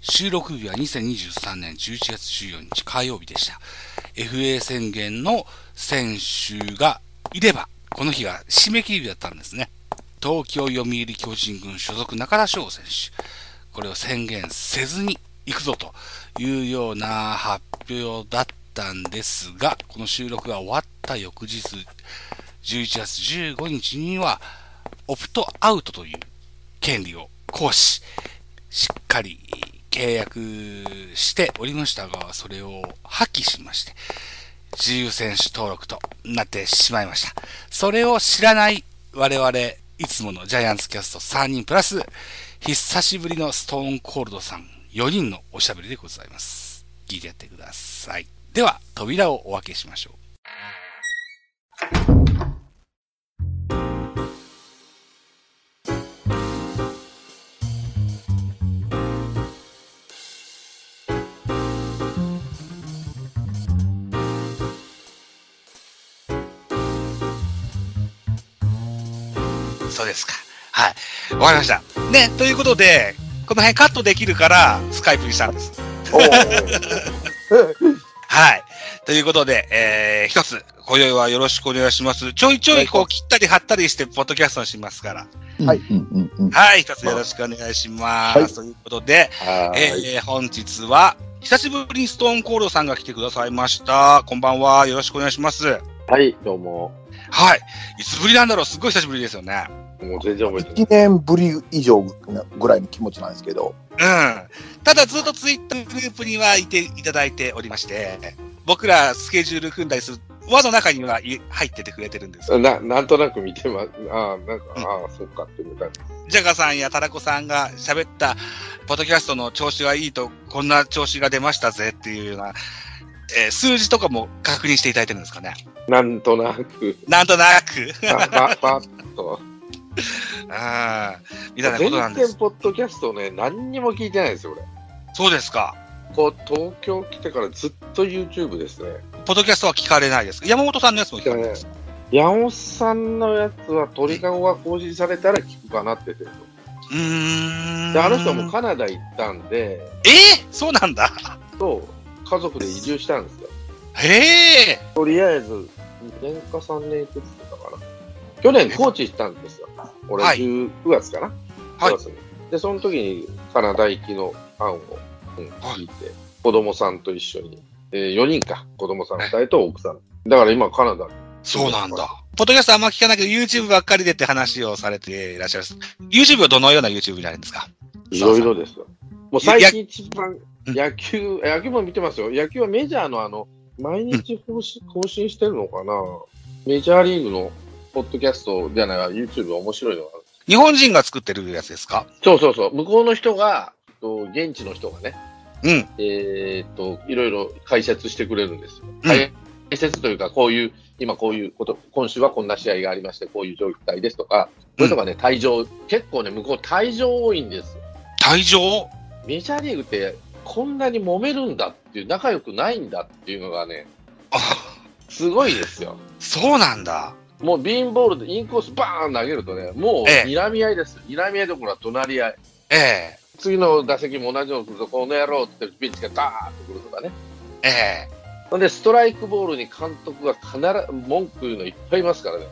収録日は2023年11月14日火曜日でした。FA 宣言の選手がいれば、この日が締め切り日だったんですね。東京読売巨人軍所属中田翔選手。これを宣言せずに行くぞというような発表だったんですが、この収録が終わった翌日、11月15日には、オプトアウトという権利を行使、しっかり契約しておりましたが、それを破棄しまして、自由選手登録となってしまいました。それを知らない我々、いつものジャイアンツキャスト3人プラス、久しぶりのストーンコールドさん4人のおしゃべりでございます。聞いてやってください。では、扉をお開けしましょう。そうですか。はい。わかりました。ね、ということで、この辺カットできるから、スカイプにしたんです。 おーはい。ということで、えー、一つ、今宵はよろしくお願いします。ちょいちょい、こう、切ったり貼ったりして、ポッドキャストにしますから。はいうんうんうんうん。はい、一つよろしくお願いします。はいということで、はえーい。ー、本日は、久しぶりにストーンコールドさんが来てくださいました。こんばんは。よろしくお願いします。はい、どうも。はい。いつぶりなんだろうすごい久しぶりですよね。もう全然覚えてない。 1年ぶり以上ぐらいの気持ちなんですけど、うん。ただずっとツイッターグループにはいていただいておりまして、僕らスケジュール組んだりする輪の中にはい入っててくれてるんです よ。ななんとなく見てます。ああ、なんか、ああ、そっかっていう感じ。ジャガさんやタラコさんが喋った、ポッドキャストの調子がいいと、こんな調子が出ましたぜっていうような、えー数字とかも確認していただいてるんですかね。なんとなく、なんとなく。パパパッと。あーみたいなこ全となんで然す。ポッドキャストね、何にも聞いてないですよ、俺。そうですか。こう、東京来てからずっと YouTube ですね。ポッドキャストは聞かれないです。山本さんのやつも聞かだかれらないでねす。、山本さんのやつは鳥かごが更新されたら聞くかなってて。で、うーん。あの人はもうカナダ行ったんで、えー、そうなんだ。と、家族で移住したんですよ。へえ。とりあえず、2年か3年いくつだったかな。去年、高知行ったんですよ。俺、はい9月かな。はい9月にで、その時に、カナダ行きの案を、うん、はい聞いて、子供さんと一緒に、えー、4人か。子供さん2人と奥さん。だから今、カナダ。そうなんだ。ポッドキャストあんま聞かないけど、YouTube ばっかりでって話をされていらっしゃいます。YouTube はどのような YouTube になるんですかいろいろですよ。もう最近一番、うん野球、野球も見てますよ。野球はメジャーのあの、毎日 更新更新してるのかな。メジャーリーグの、ポッドキャストじゃないわ、YouTube 面白いのがある。日本人が作ってるやつですかそうそうそう、向こうの人が、と現地の人がね、うん。えーっと、いろいろ解説してくれるんですよ。うん解説というか、こういう、今こういうこと、今週はこんな試合がありまして、こういう状態ですとか、そういうのがね、退場、結構ね、向こう退場多いんですよ。退場メジャーリーグって、こんなに揉めるんだっていう、仲良くないんだっていうのがね、あ、すごいですよ。そうなんだ。もうビーンボールでインコースバーン投げるとね、もうええ睨み合いです。睨み合いどころは隣り合い。ええ次の打席も同じように来ると、この野郎ってピッチがダーッと来るとかね。ええほんで、ストライクボールに監督が必ず文句言うのいっぱいいますからね。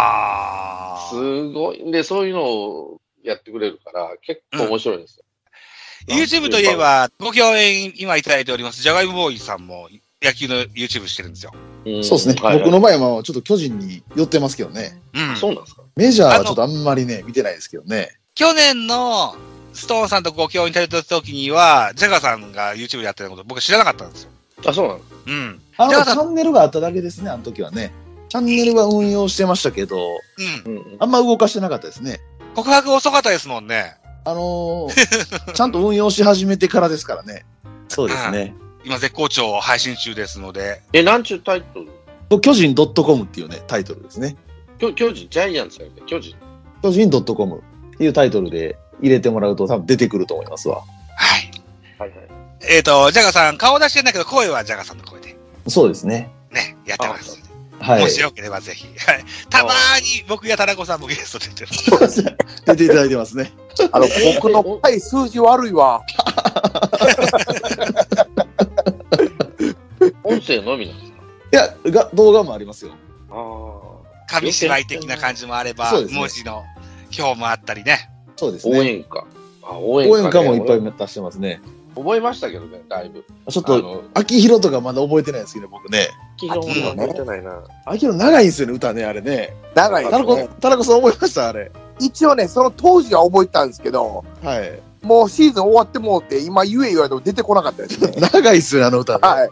ああ。すごい。で、そういうのをやってくれるから、結構面白いんですよ。 YouTube といえ、ば、ご共演今いただいております、ジャガイモボーイさんも野球の YouTube してるんですよ。んそうですね、はいはい僕の場合はちょっと巨人に寄ってますけどね、うん。そうなんですか。メジャーはちょっとあんまりね、見てないですけどね、去年のストーンさんとご共演いただいた時には、ジャガさんが YouTube やってたこと僕知らなかったんですよ。あ、そうなんですか。うん。あのじゃあチャンネルがあっただけですね、あの時はね、チャンネルは運用してましたけど、うん。うんうんあんま動かしてなかったですね、告白遅かったですもんね。あの ーちゃんと運用し始めてからですからね、そうですね。今絶好調配信中ですので。え、なんちゅうタイトル巨人 .com っていうね、タイトルですね、巨巨人、ジャイアンツやね。巨人。巨人 .com っていうタイトルで入れてもらうと、多分出てくると思いますわ。はい。はいはい。えっ、と、ジャガさん、顔出してないけど、声はジャガさんの声で、そうですね。ね、やってます。あはいも。しよければぜひ。はい。たまーに僕や田中さんもゲスト出てます。出ていただいてますね。あの、僕のパイ数字悪いわ。 音声のみなんですかいや、が動画もありますよ。ああ。紙芝居的な感じもあれば、そうですね文字の表もあったりね。そうです応ね。援歌。あ、応援応歌、援歌もいっぱい。い出してますね。覚えましたけどね、だいぶ。ちょっあと、の、秋広とかまだ覚えてないですけどね、僕ね。昨日も覚えてないな。秋広長いんですよね、歌ね、あれね。長い田です中ね。田中さん覚えましたあれ。一応ね、その当時は覚えてたんですけど、はい。もうシーズン終わってもうて、今言え言われても出てこなかったですね。長いっすよね、あの歌ね。はい。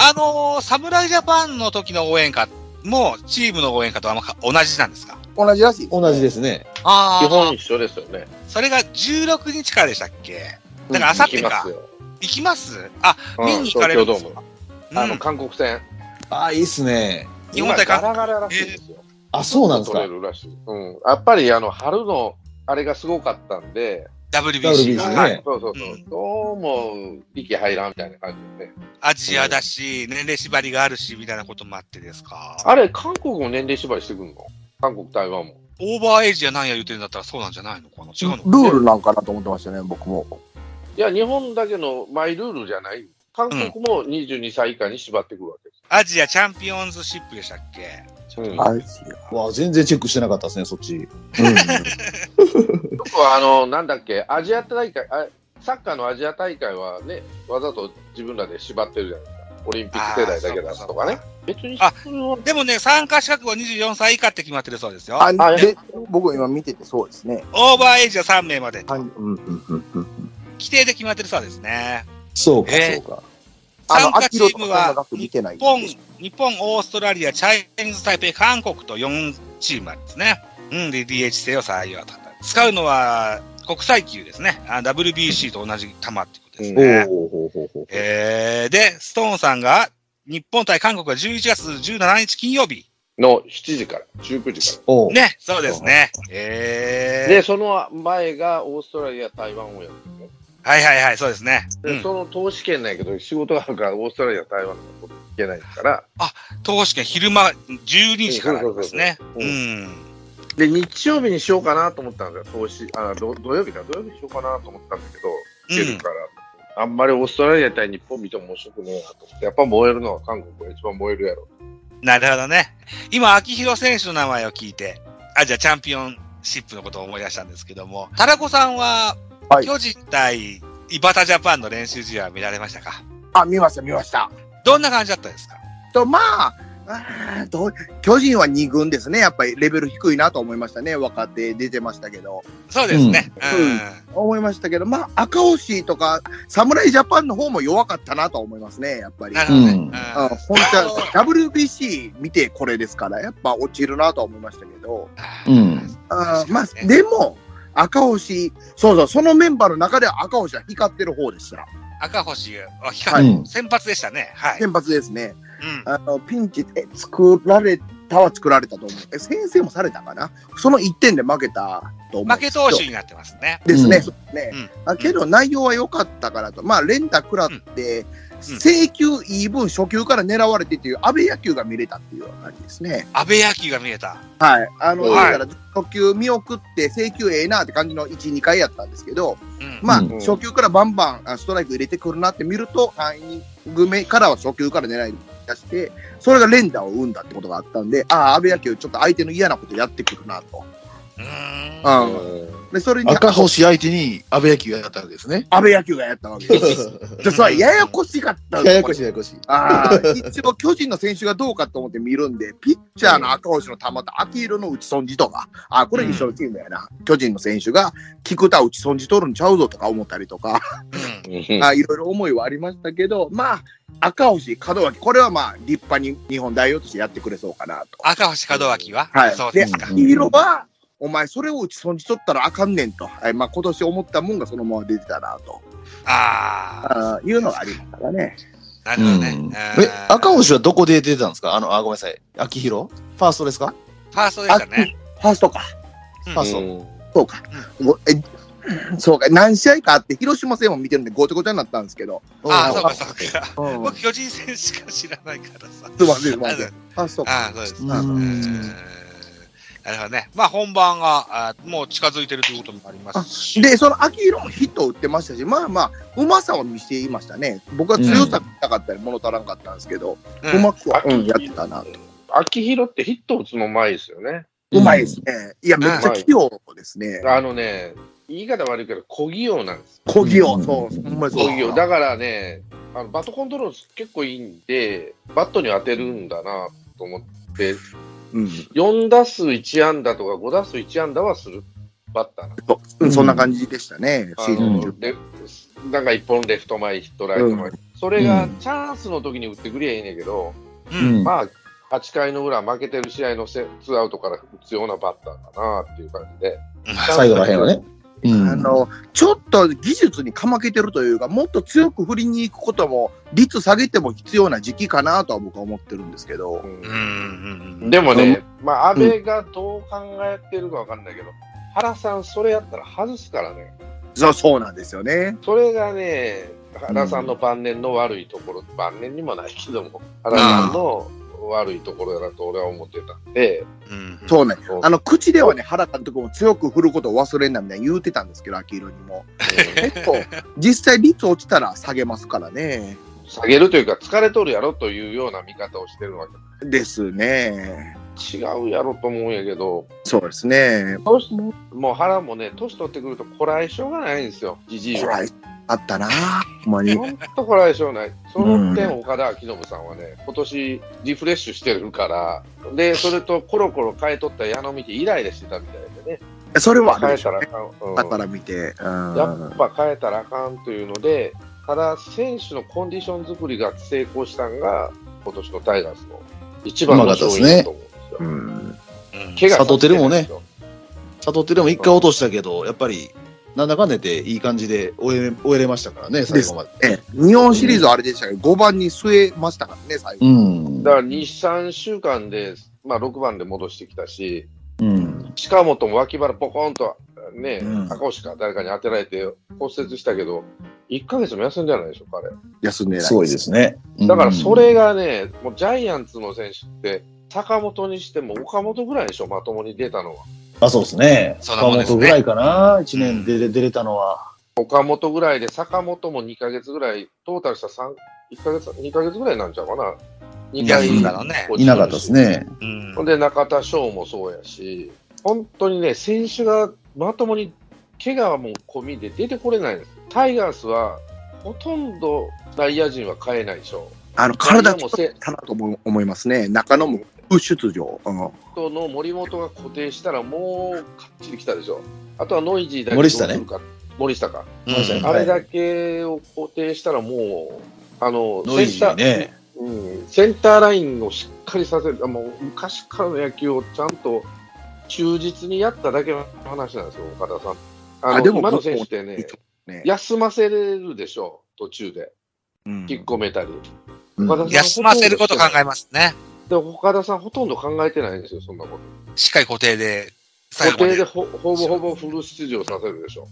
あのー、侍ジャパンの時の応援歌も、チームの応援歌とあんまか同じなんですか同じらしい。同じですね。あ基本一緒ですよね。それが16日からでしたっけだからあさっ行てきまかす。よ。行きますあ、うん見に行かれるんです東京ドーかム。うんあの、韓国戦。ああ、いいっすね。日本対今韓ガラガラらしいんですよ。あ、そうなんです取かれ。るらしい。うん。やっぱり、あの、春の、あれがすごかったんで、 WBC が、 WBC ねはいそうそうそうう。んどうも、息入らんみたいな感じでね。アジアだし、年齢縛りがあるし、みたいなこともあってですか。あれ、韓国も年齢縛りしてくんの韓国、台湾も。オーバーエイジやなんや言うてるんだったらそうなんじゃないのかな違うのルールなんかなと思ってましたね、僕も。いや、日本だけのマイルールじゃない。韓国も22歳以下に縛ってくるわけでアジアチャンピオンズシップでしたっけす。うん。はい。わあ、全然チェックしてなかったですね、そっち。僕はあの、なんだっけ、アジア大会、あサッカーのアジア大会はね、わざと自分らで縛ってるじゃないですか。オリンピック世代だけだとかね。別にあそれはでもね、参加資格は24歳以下って決まってるそうですよ。ああで、僕今見ててそうですね。オーバーエイジは3名まで。はい。うんうんうんうん。規定で決まってるそうですね。そうか、えーそうか。あ参の、加アチキローとかムそんなは額見てないん日で。本、日本、オーストラリア、チャイニーズ・タイペイ、韓国と4チームあるんですね。うん、で、DH 制を採用と。使うのは国際級ですね。あ WBC と同じ球ってことですね。おおほうほうほうほう。えー、で、ストーンさんが、日本対韓国が11月17日金曜日。の7時から、19時かおうね、そうですね。えら。ー、で、その前がオーストラリア、台湾をやるんですね。はいはいはい、そうですね。うで、ん、その投資券なんやけど、仕事があるから、オーストラリア、台湾のこと行けないから。投資券昼間12時からですね。ううんん。で、日曜日にしようかなと思ったんですよ、投資。あど土曜日か、土曜日にしようかなと思ったんだけど、う行けるんから、あんまりオーストラリア対日本見ても面白くねえなと思って、やっぱ燃えるのは韓国が一番燃えるやろ。なるほどね。今、秋広選手の名前を聞いて、あ、じゃあチャンピオンシップのことを思い出したんですけども、タラコさんは、はい巨人対イバタジャパンの練習試合は見られましたかあ、見ました、見ました。どんな感じだったですかと、まあ、あーどう巨人は2軍ですね。やっぱりレベル低いなと思いましたね。若手出てましたけど。そうですね。うん。うん思いましたけど、まあ、赤星とか、侍ジャパンの方も弱かったなと思いますね、やっぱり。なるほどね。うんうんあ本当は WBC 見てこれですから、やっぱ落ちるなとは思いましたけど、うん。あーまそうですあ、ねでも、赤星、そうそう、そのメンバーの中では赤星は光ってる方でした。赤星は光る、うん先発でしたね。はい。先発ですね。うん。あのピンチで作られたは作られたと思う。え先生もされたかなその1点で負けたと思う。負け投手になってますね。ですね。うんそうですねうんあけど内容は良かったからと、まあ、連打食らって、制球いい分、初球から狙われてっていう、安倍野球が見れたっていう感じですね。安倍野球が見えた。はい。あの、はいだから、初球見送って、制球ええなって感じの1、2回やったんですけど、うん。まあ、うん初球からバンバンあストライク入れてくるなって見ると、3イニング目からは初球から狙い出して、それが連打を生んだってことがあったんで、ああ、安倍野球、ちょっと相手の嫌なことやってくるなと。うーん。うんで、それに赤星相手に安倍野球がやったわけですね。安倍野球がやったわけ です。で、それはややこしかったんですややこしい、ややこしい。ああ、 一応巨人の選手がどうかと思って見るんで、ピッチャーの赤星の球と秋色の内損じとか、あこれ一緒のチームやな、巨人の選手が菊田内損じ取るんちゃうぞとか思ったりとか、うんうんあいろいろ思いはありましたけど、まあ、赤星、門脇、これはまあ、立派に日本代表としてやってくれそうかなと。赤星門脇は、はいそうですか。で秋色は、お前、それを内損じ取ったらあかんねんと、はいまあ、今年思ったもんがそのまま出てたなとああ、あーいうのがありましたね。なるほどね。うんうんえ、赤星はどこで出てたんですかあの、あ、ごめんなさい。秋広ファーストですかファーストでしたね。ファーストか。ファースト。うんそうか。もうえそうか、何試合かあって、広島戦も見てるんで、ごちゃごちゃになったんですけど。ああ、んそうか、そうか。うん僕、巨人戦しか知らないからさ。すいません、すいません。あ、そうあか。あ、そうです。あうーんなるほどね。まあ、本番が、あーもう近づいてるということもありますし。で、その秋色もヒットを打ってましたし、まあまあ、うまさを見せていましたね。僕は強さがなかったり、物足らんかったんですけど、ううんまくは、うん、やってたなと。秋広ってヒット打つのうまいですよね。うまいですね。いや、めっちゃ器用ですね。あのね、言い方悪いけど、小器用なんですよ。小器う用、んそう、ほんまにそう小器用。だからね、あのバットコントロール結構いいんで、バットに当てるんだなと思って、うん4打数1安打とか5打数1安打はするバッターなんですそううんそんな感じでしたね、あシーズンの中。でなんか1本レフト前、ヒットライト前、それがチャンスの時に打ってくりゃいいねんけど、うん。まあ、8回の裏、負けてる試合のせツーアウトから打つようなバッターかなっていう感じで、最後らへんはね。うんあのちょっと技術にかまけてるというか、もっと強く振りに行くことも、率下げても必要な時期かなとは僕は思ってるんですけう、どうんん。うん。でもね、まあ、安倍がどう考えてるかわかんないけど、原さん、それやったら外すからね、そうそうなんですよね。それがね、原さんの晩年の悪いところ、晩年にもないけども、原さんの悪いところだと俺は思ってたんで、うん。うんそうね、そうあの口ではね、原監督も強く振ることを忘れんなみたいな言うてたんですけど、秋色に も。結構、実際、率落ちたら下げますからね。下げるというか、疲れとるやろというような見方をしてるわけですね。違うやろと思うんやけど、そうですね。もう腹もね、年取ってくるとこらえ性がないんですよ、じじいこはら。あったな、ほんまに。ほんとこらえ性ない。その点、岡田明信さんはね、今年リフレッシュしてるから、で、それとコロコロ変えとった矢野見てイライラしてたみたいでね、それはある変えでしょたうらあね。かん。うんだから見て。うんやっぱ変えたらあかんというので、ただ選手のコンディション作りが成功したんが、今年のタイガースの一番の勝因だと思うんですよ。うんうん怪我させ佐藤て輝ないもんねですよ悟ってでも一回落としたけど、やっぱり、なんだかんだ言っていい感じで終え終えれましたからね、最後まで。ええ日本シリーズはあれでしたけど、5番に据えましたからね、最後。うんだから2、3週間で、まあ、6番で戻してきたし、うん。近本も脇腹ポコンと、ねうん赤星か誰かに当てられて骨折したけど、1ヶ月も休んでないでしょ、彼。休んでない。すごいですね。だからそれがね、もうジャイアンツの選手って、坂本にしても岡本ぐらいでしょ、まともに出たのは。うん、あ、そうですね。そんなもんですね岡本ぐらいかな、1年で出れたのは。岡本ぐらいで、坂本も2ヶ月ぐらい、トータルした3、1ヶ月、2ヶ月ぐらいなんちゃうかな。2回休んだのね落ちてるしいなかったですね。うんほんで中田翔もそうやし、本当にね、選手がまともに怪我も込みで出てこれないんです。タイガースはほとんど内野陣は変えないでしょ。あの体内野ももせたなと思思いますね。中野も副出場。うんとの森本が固定したらもうかっちり来たでしょ。あとはノイジーだけ森下ねどうするか。森下か。うんあはいれだけを固定したらもう、あの、ノイジーセンターね。うんセンターラインをしっかりさせる、あもう昔からの野球をちゃんと忠実にやっただけの話なんですよ、岡田さん。あのあでも今の選手ってね僕、ね休ませれるでしょう、途中で、うん引っ込めたり。うん岡田さん休ませること考えますね。で岡田さん、ほとんど考えてないんですよ、そんなこと。しっかり固定で、最後固ま定でで。ほほぼほぼフル出場させるでしょ。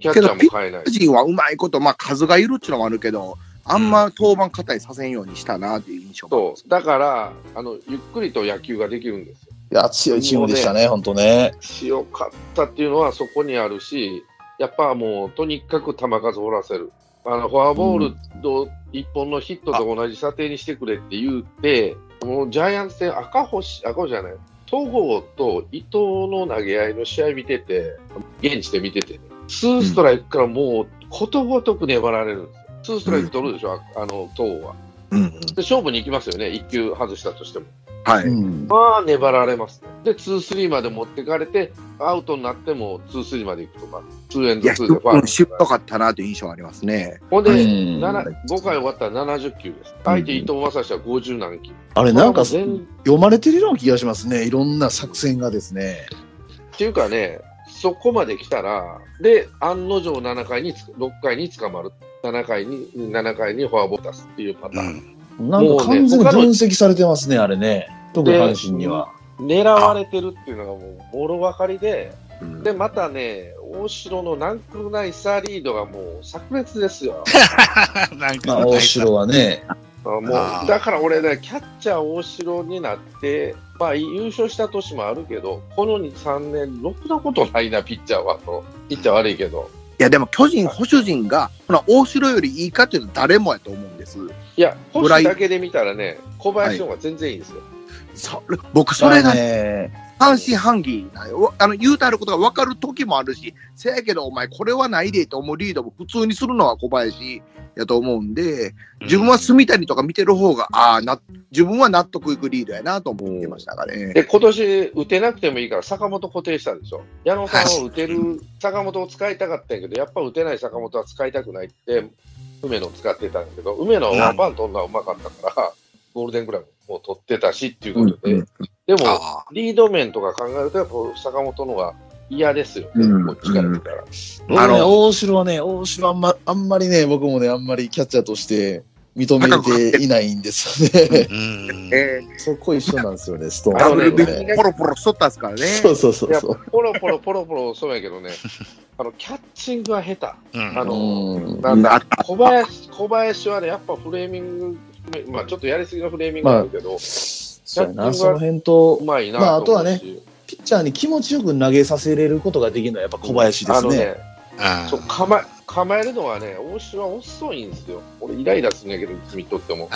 キャッチャーも変えない巨。人はうまいこと、まあ、数がいるっちゅうのもあるけど、あんま登板硬いさせんようにしたなっていう印象がそうだからあの、ゆっくりと野球ができるんですよいや、強いチームでしたね、本当ね。強かったっていうのはそこにあるし、やっぱもうとにかく球数を掘らせる、あのフォアボールと一本のヒットと同じ査定にしてくれって言って、もうジャイアンツ戦、赤星、赤星じゃない、戸郷と伊藤の投げ合いの試合見てて、現地で見てて、ツーストライクからもうことごとく粘られるんですよ。ツーストライク取るでしょ、あの戸郷は。うんうんで、勝負に行きますよね、1球外したとしても。はい、うん。まあ粘られますね。で、2、3まで持ってかれて、アウトになっても2、3まで行くとか、2エンいドや、 2でフうァん、しーっルとかったなという印象はありますね。ほんで、うん7 5回終わったら70球です。相手、伊藤正史は50何球。あれ、なんか、これはもう読全まれてるような気がしますね。いろんな作戦がですね。っていうかね、そこまで来たら、で、案の定7回につ、6回に捕まる。7回に、7回にフォアボール出すっていうパタうーン。ん。なんか完全にもうね分析されてますね、あれね。特に阪神には。狙われてるっていうのがもう、ボロ分かりで、うんで、またね、大城の南空ナイサーリードがもう炸裂ですよ。 なんまか、あ、大城はね、あもうあーだから俺ね、キャッチャー大城になって、まあ、優勝した年もあるけど、この2、3年、ろくなことないな、ピッチャーは。と言っちゃ悪いけど。いやでも巨人、保守陣が、ほら、大城よりいいかっていうと誰もやと思うんです。いや、ブラ星イだけで見たらね、小林の方が全然いいんですよ。それ僕、それがね、半信半疑なんよわあの言うたることが分かる時もあるし、せやけど、お前、これはないでと思うリードも普通にするのは小林やと思うんで、自分は住谷とか見てる方が、ああな、自分は納得いくリードやなと思ってましたからね。で、今年打てなくてもいいから、坂本固定したでしょ。矢野さんを打てる、坂本を使いたかったんやけど、やっぱ打てない坂本は使いたくないって、梅野を使ってたんやけど、梅野はワンパン取るのはうまかったから、ゴールデングラブも取ってたしっていうことで、うんでも、あリード面とか考えると、やっぱ坂本の方が嫌ですよね、うんこっちから見たら。ああのの大城はね、大城あんま、あんまりね、僕もね、あんまりキャッチャーとして認めていないんですよね。うん。えそこ一緒なんですよね、ストーンダブルとでねあのねポロポロしとったんですからね。そうそうそうやっそぱポロポロポロポロそうやけどね、 あのキャッチングは下手。うんあう。のうんなんあだっ小林小林はね、やっぱフレーミング、まあ、ちょっとやりすぎのフレーミングあるけど、そうやキャッチングな、そはの辺とう、まいなまあと思あとうはし、ピッチャーに気持ちよく投げさせれることができるのはやっぱ小林であすのね。ね、うんそう構え構えるのはね、大城は遅いんですよ。俺、イライラするんやけど、いつ見とっても。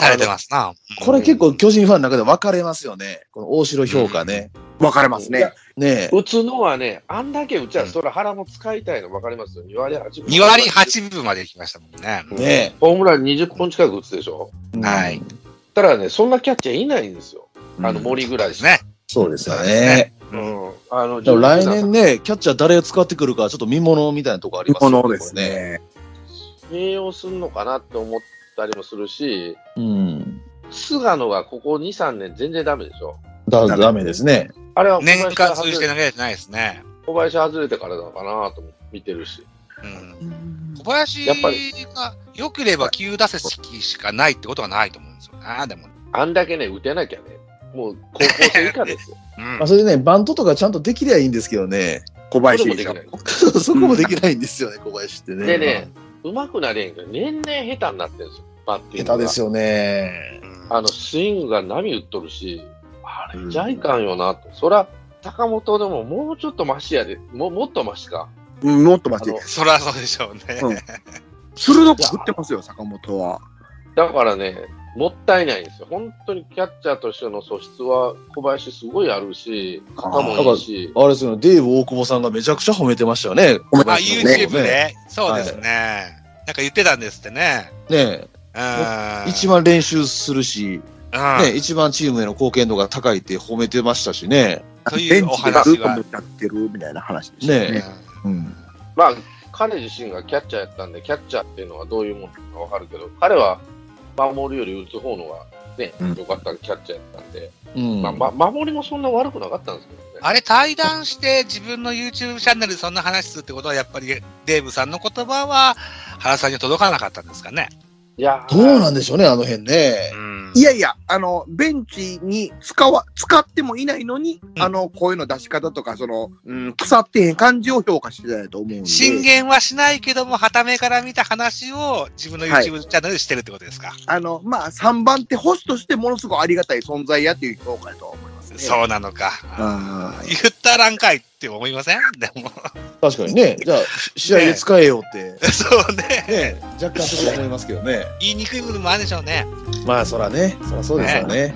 垂れてますな。これ結構巨人ファンの中で分かれますよね。この大城評価ね。分かれますいやね。ねえ。打つのはね、あんだけ打ちゃ、それ腹も使いたいの分かりますよ。2割8分。 2割8分まで行きましたもんね。ねホームラン20本近く打つでしょ。え。はいただね、そんなキャッチャーいないんですよ。あのうん森ぐらいしか。ね。そうですよね。うん。あの、でも来17年ね、キャッチャー誰を使ってくるか、ちょっと見物みたいなとこありますよのです。ね。併用するのかなって思ったりもするし、これうん。菅野がここ2、3年全然ダメでしょ。だ、ダメですね。あれは小年林間が通外じてれ投げれてないですね。小林外れてからなのかなとも見てるし。うん、小林やっぱが良ければ9打席しかないってことはないと思うんですよね、でも。あんだけね、打てなきゃね、もう高校生以下ですよ。うんまあ、それでね、バントとかちゃんとできりゃいいんですけどね。 小それも林できでない。そこもできないんですよね、小林ってね。でね、うまくなれへんけど、年々下手になってるんですよ、バッティングが。下手ですよね。あの、スイングが波打っとるし、あれじゃいかんよなと。そら、坂本でももうちょっとマシやで、ももっとマシか。うんもっとあ待っのて、そりゃそうでしょうね。うん鋭く振ってますよ、坂本は。だからね、もったいないんですよ。本当にキャッチャーとしての素質は小林すごいあるし、肩もいいし、あれですよね、デーブ大久保さんがめちゃくちゃ褒めてましたよね。褒めてあ、ました YouTube で、ね。そうですね、なんか言ってたんですってね。ねうん。一番練習するし、うん、ね、一番チームへの貢献度が高いって褒めてましたしね。といベうンおチでず話っとが向。かってるみたいな話でしたね。ねうん。まあ、彼自身がキャッチャーやったんで、キャッチャーっていうのはどういうものかわかるけど、彼は守るより打つ方のがね、うん良かったキャッチャーやったんで、うん。まあま守りもそんな悪くなかったんですけどね。あれ対談して自分の YouTube チャンネルでそんな話するってことはやっぱりデーブさんの言葉は原さんに届かなかったんですかね。いやーどうなんでしょうね、あの辺ね。うんいやいや、あの、ベンチに使わ、使ってもいないのに、んあの、声の出し方とか、その、うん、腐ってへん感じを評価してたやと思うんで。進言はしないけども、はためから見た話を自分のはい YouTube チャンネルでしてるってことですか。あの、まあ、3番手、保守としてものすごくありがたい存在やっていう評価やと思います、ね。う。そうなのか。あ言ったらんかいって思いませんでも。確かにね。じゃあ、試合で使えようって、 そうね。ね、若干ちょっと思いますけどね。言いにくい部分もあるでしょうね。まあ、そらね、そらそうですよね。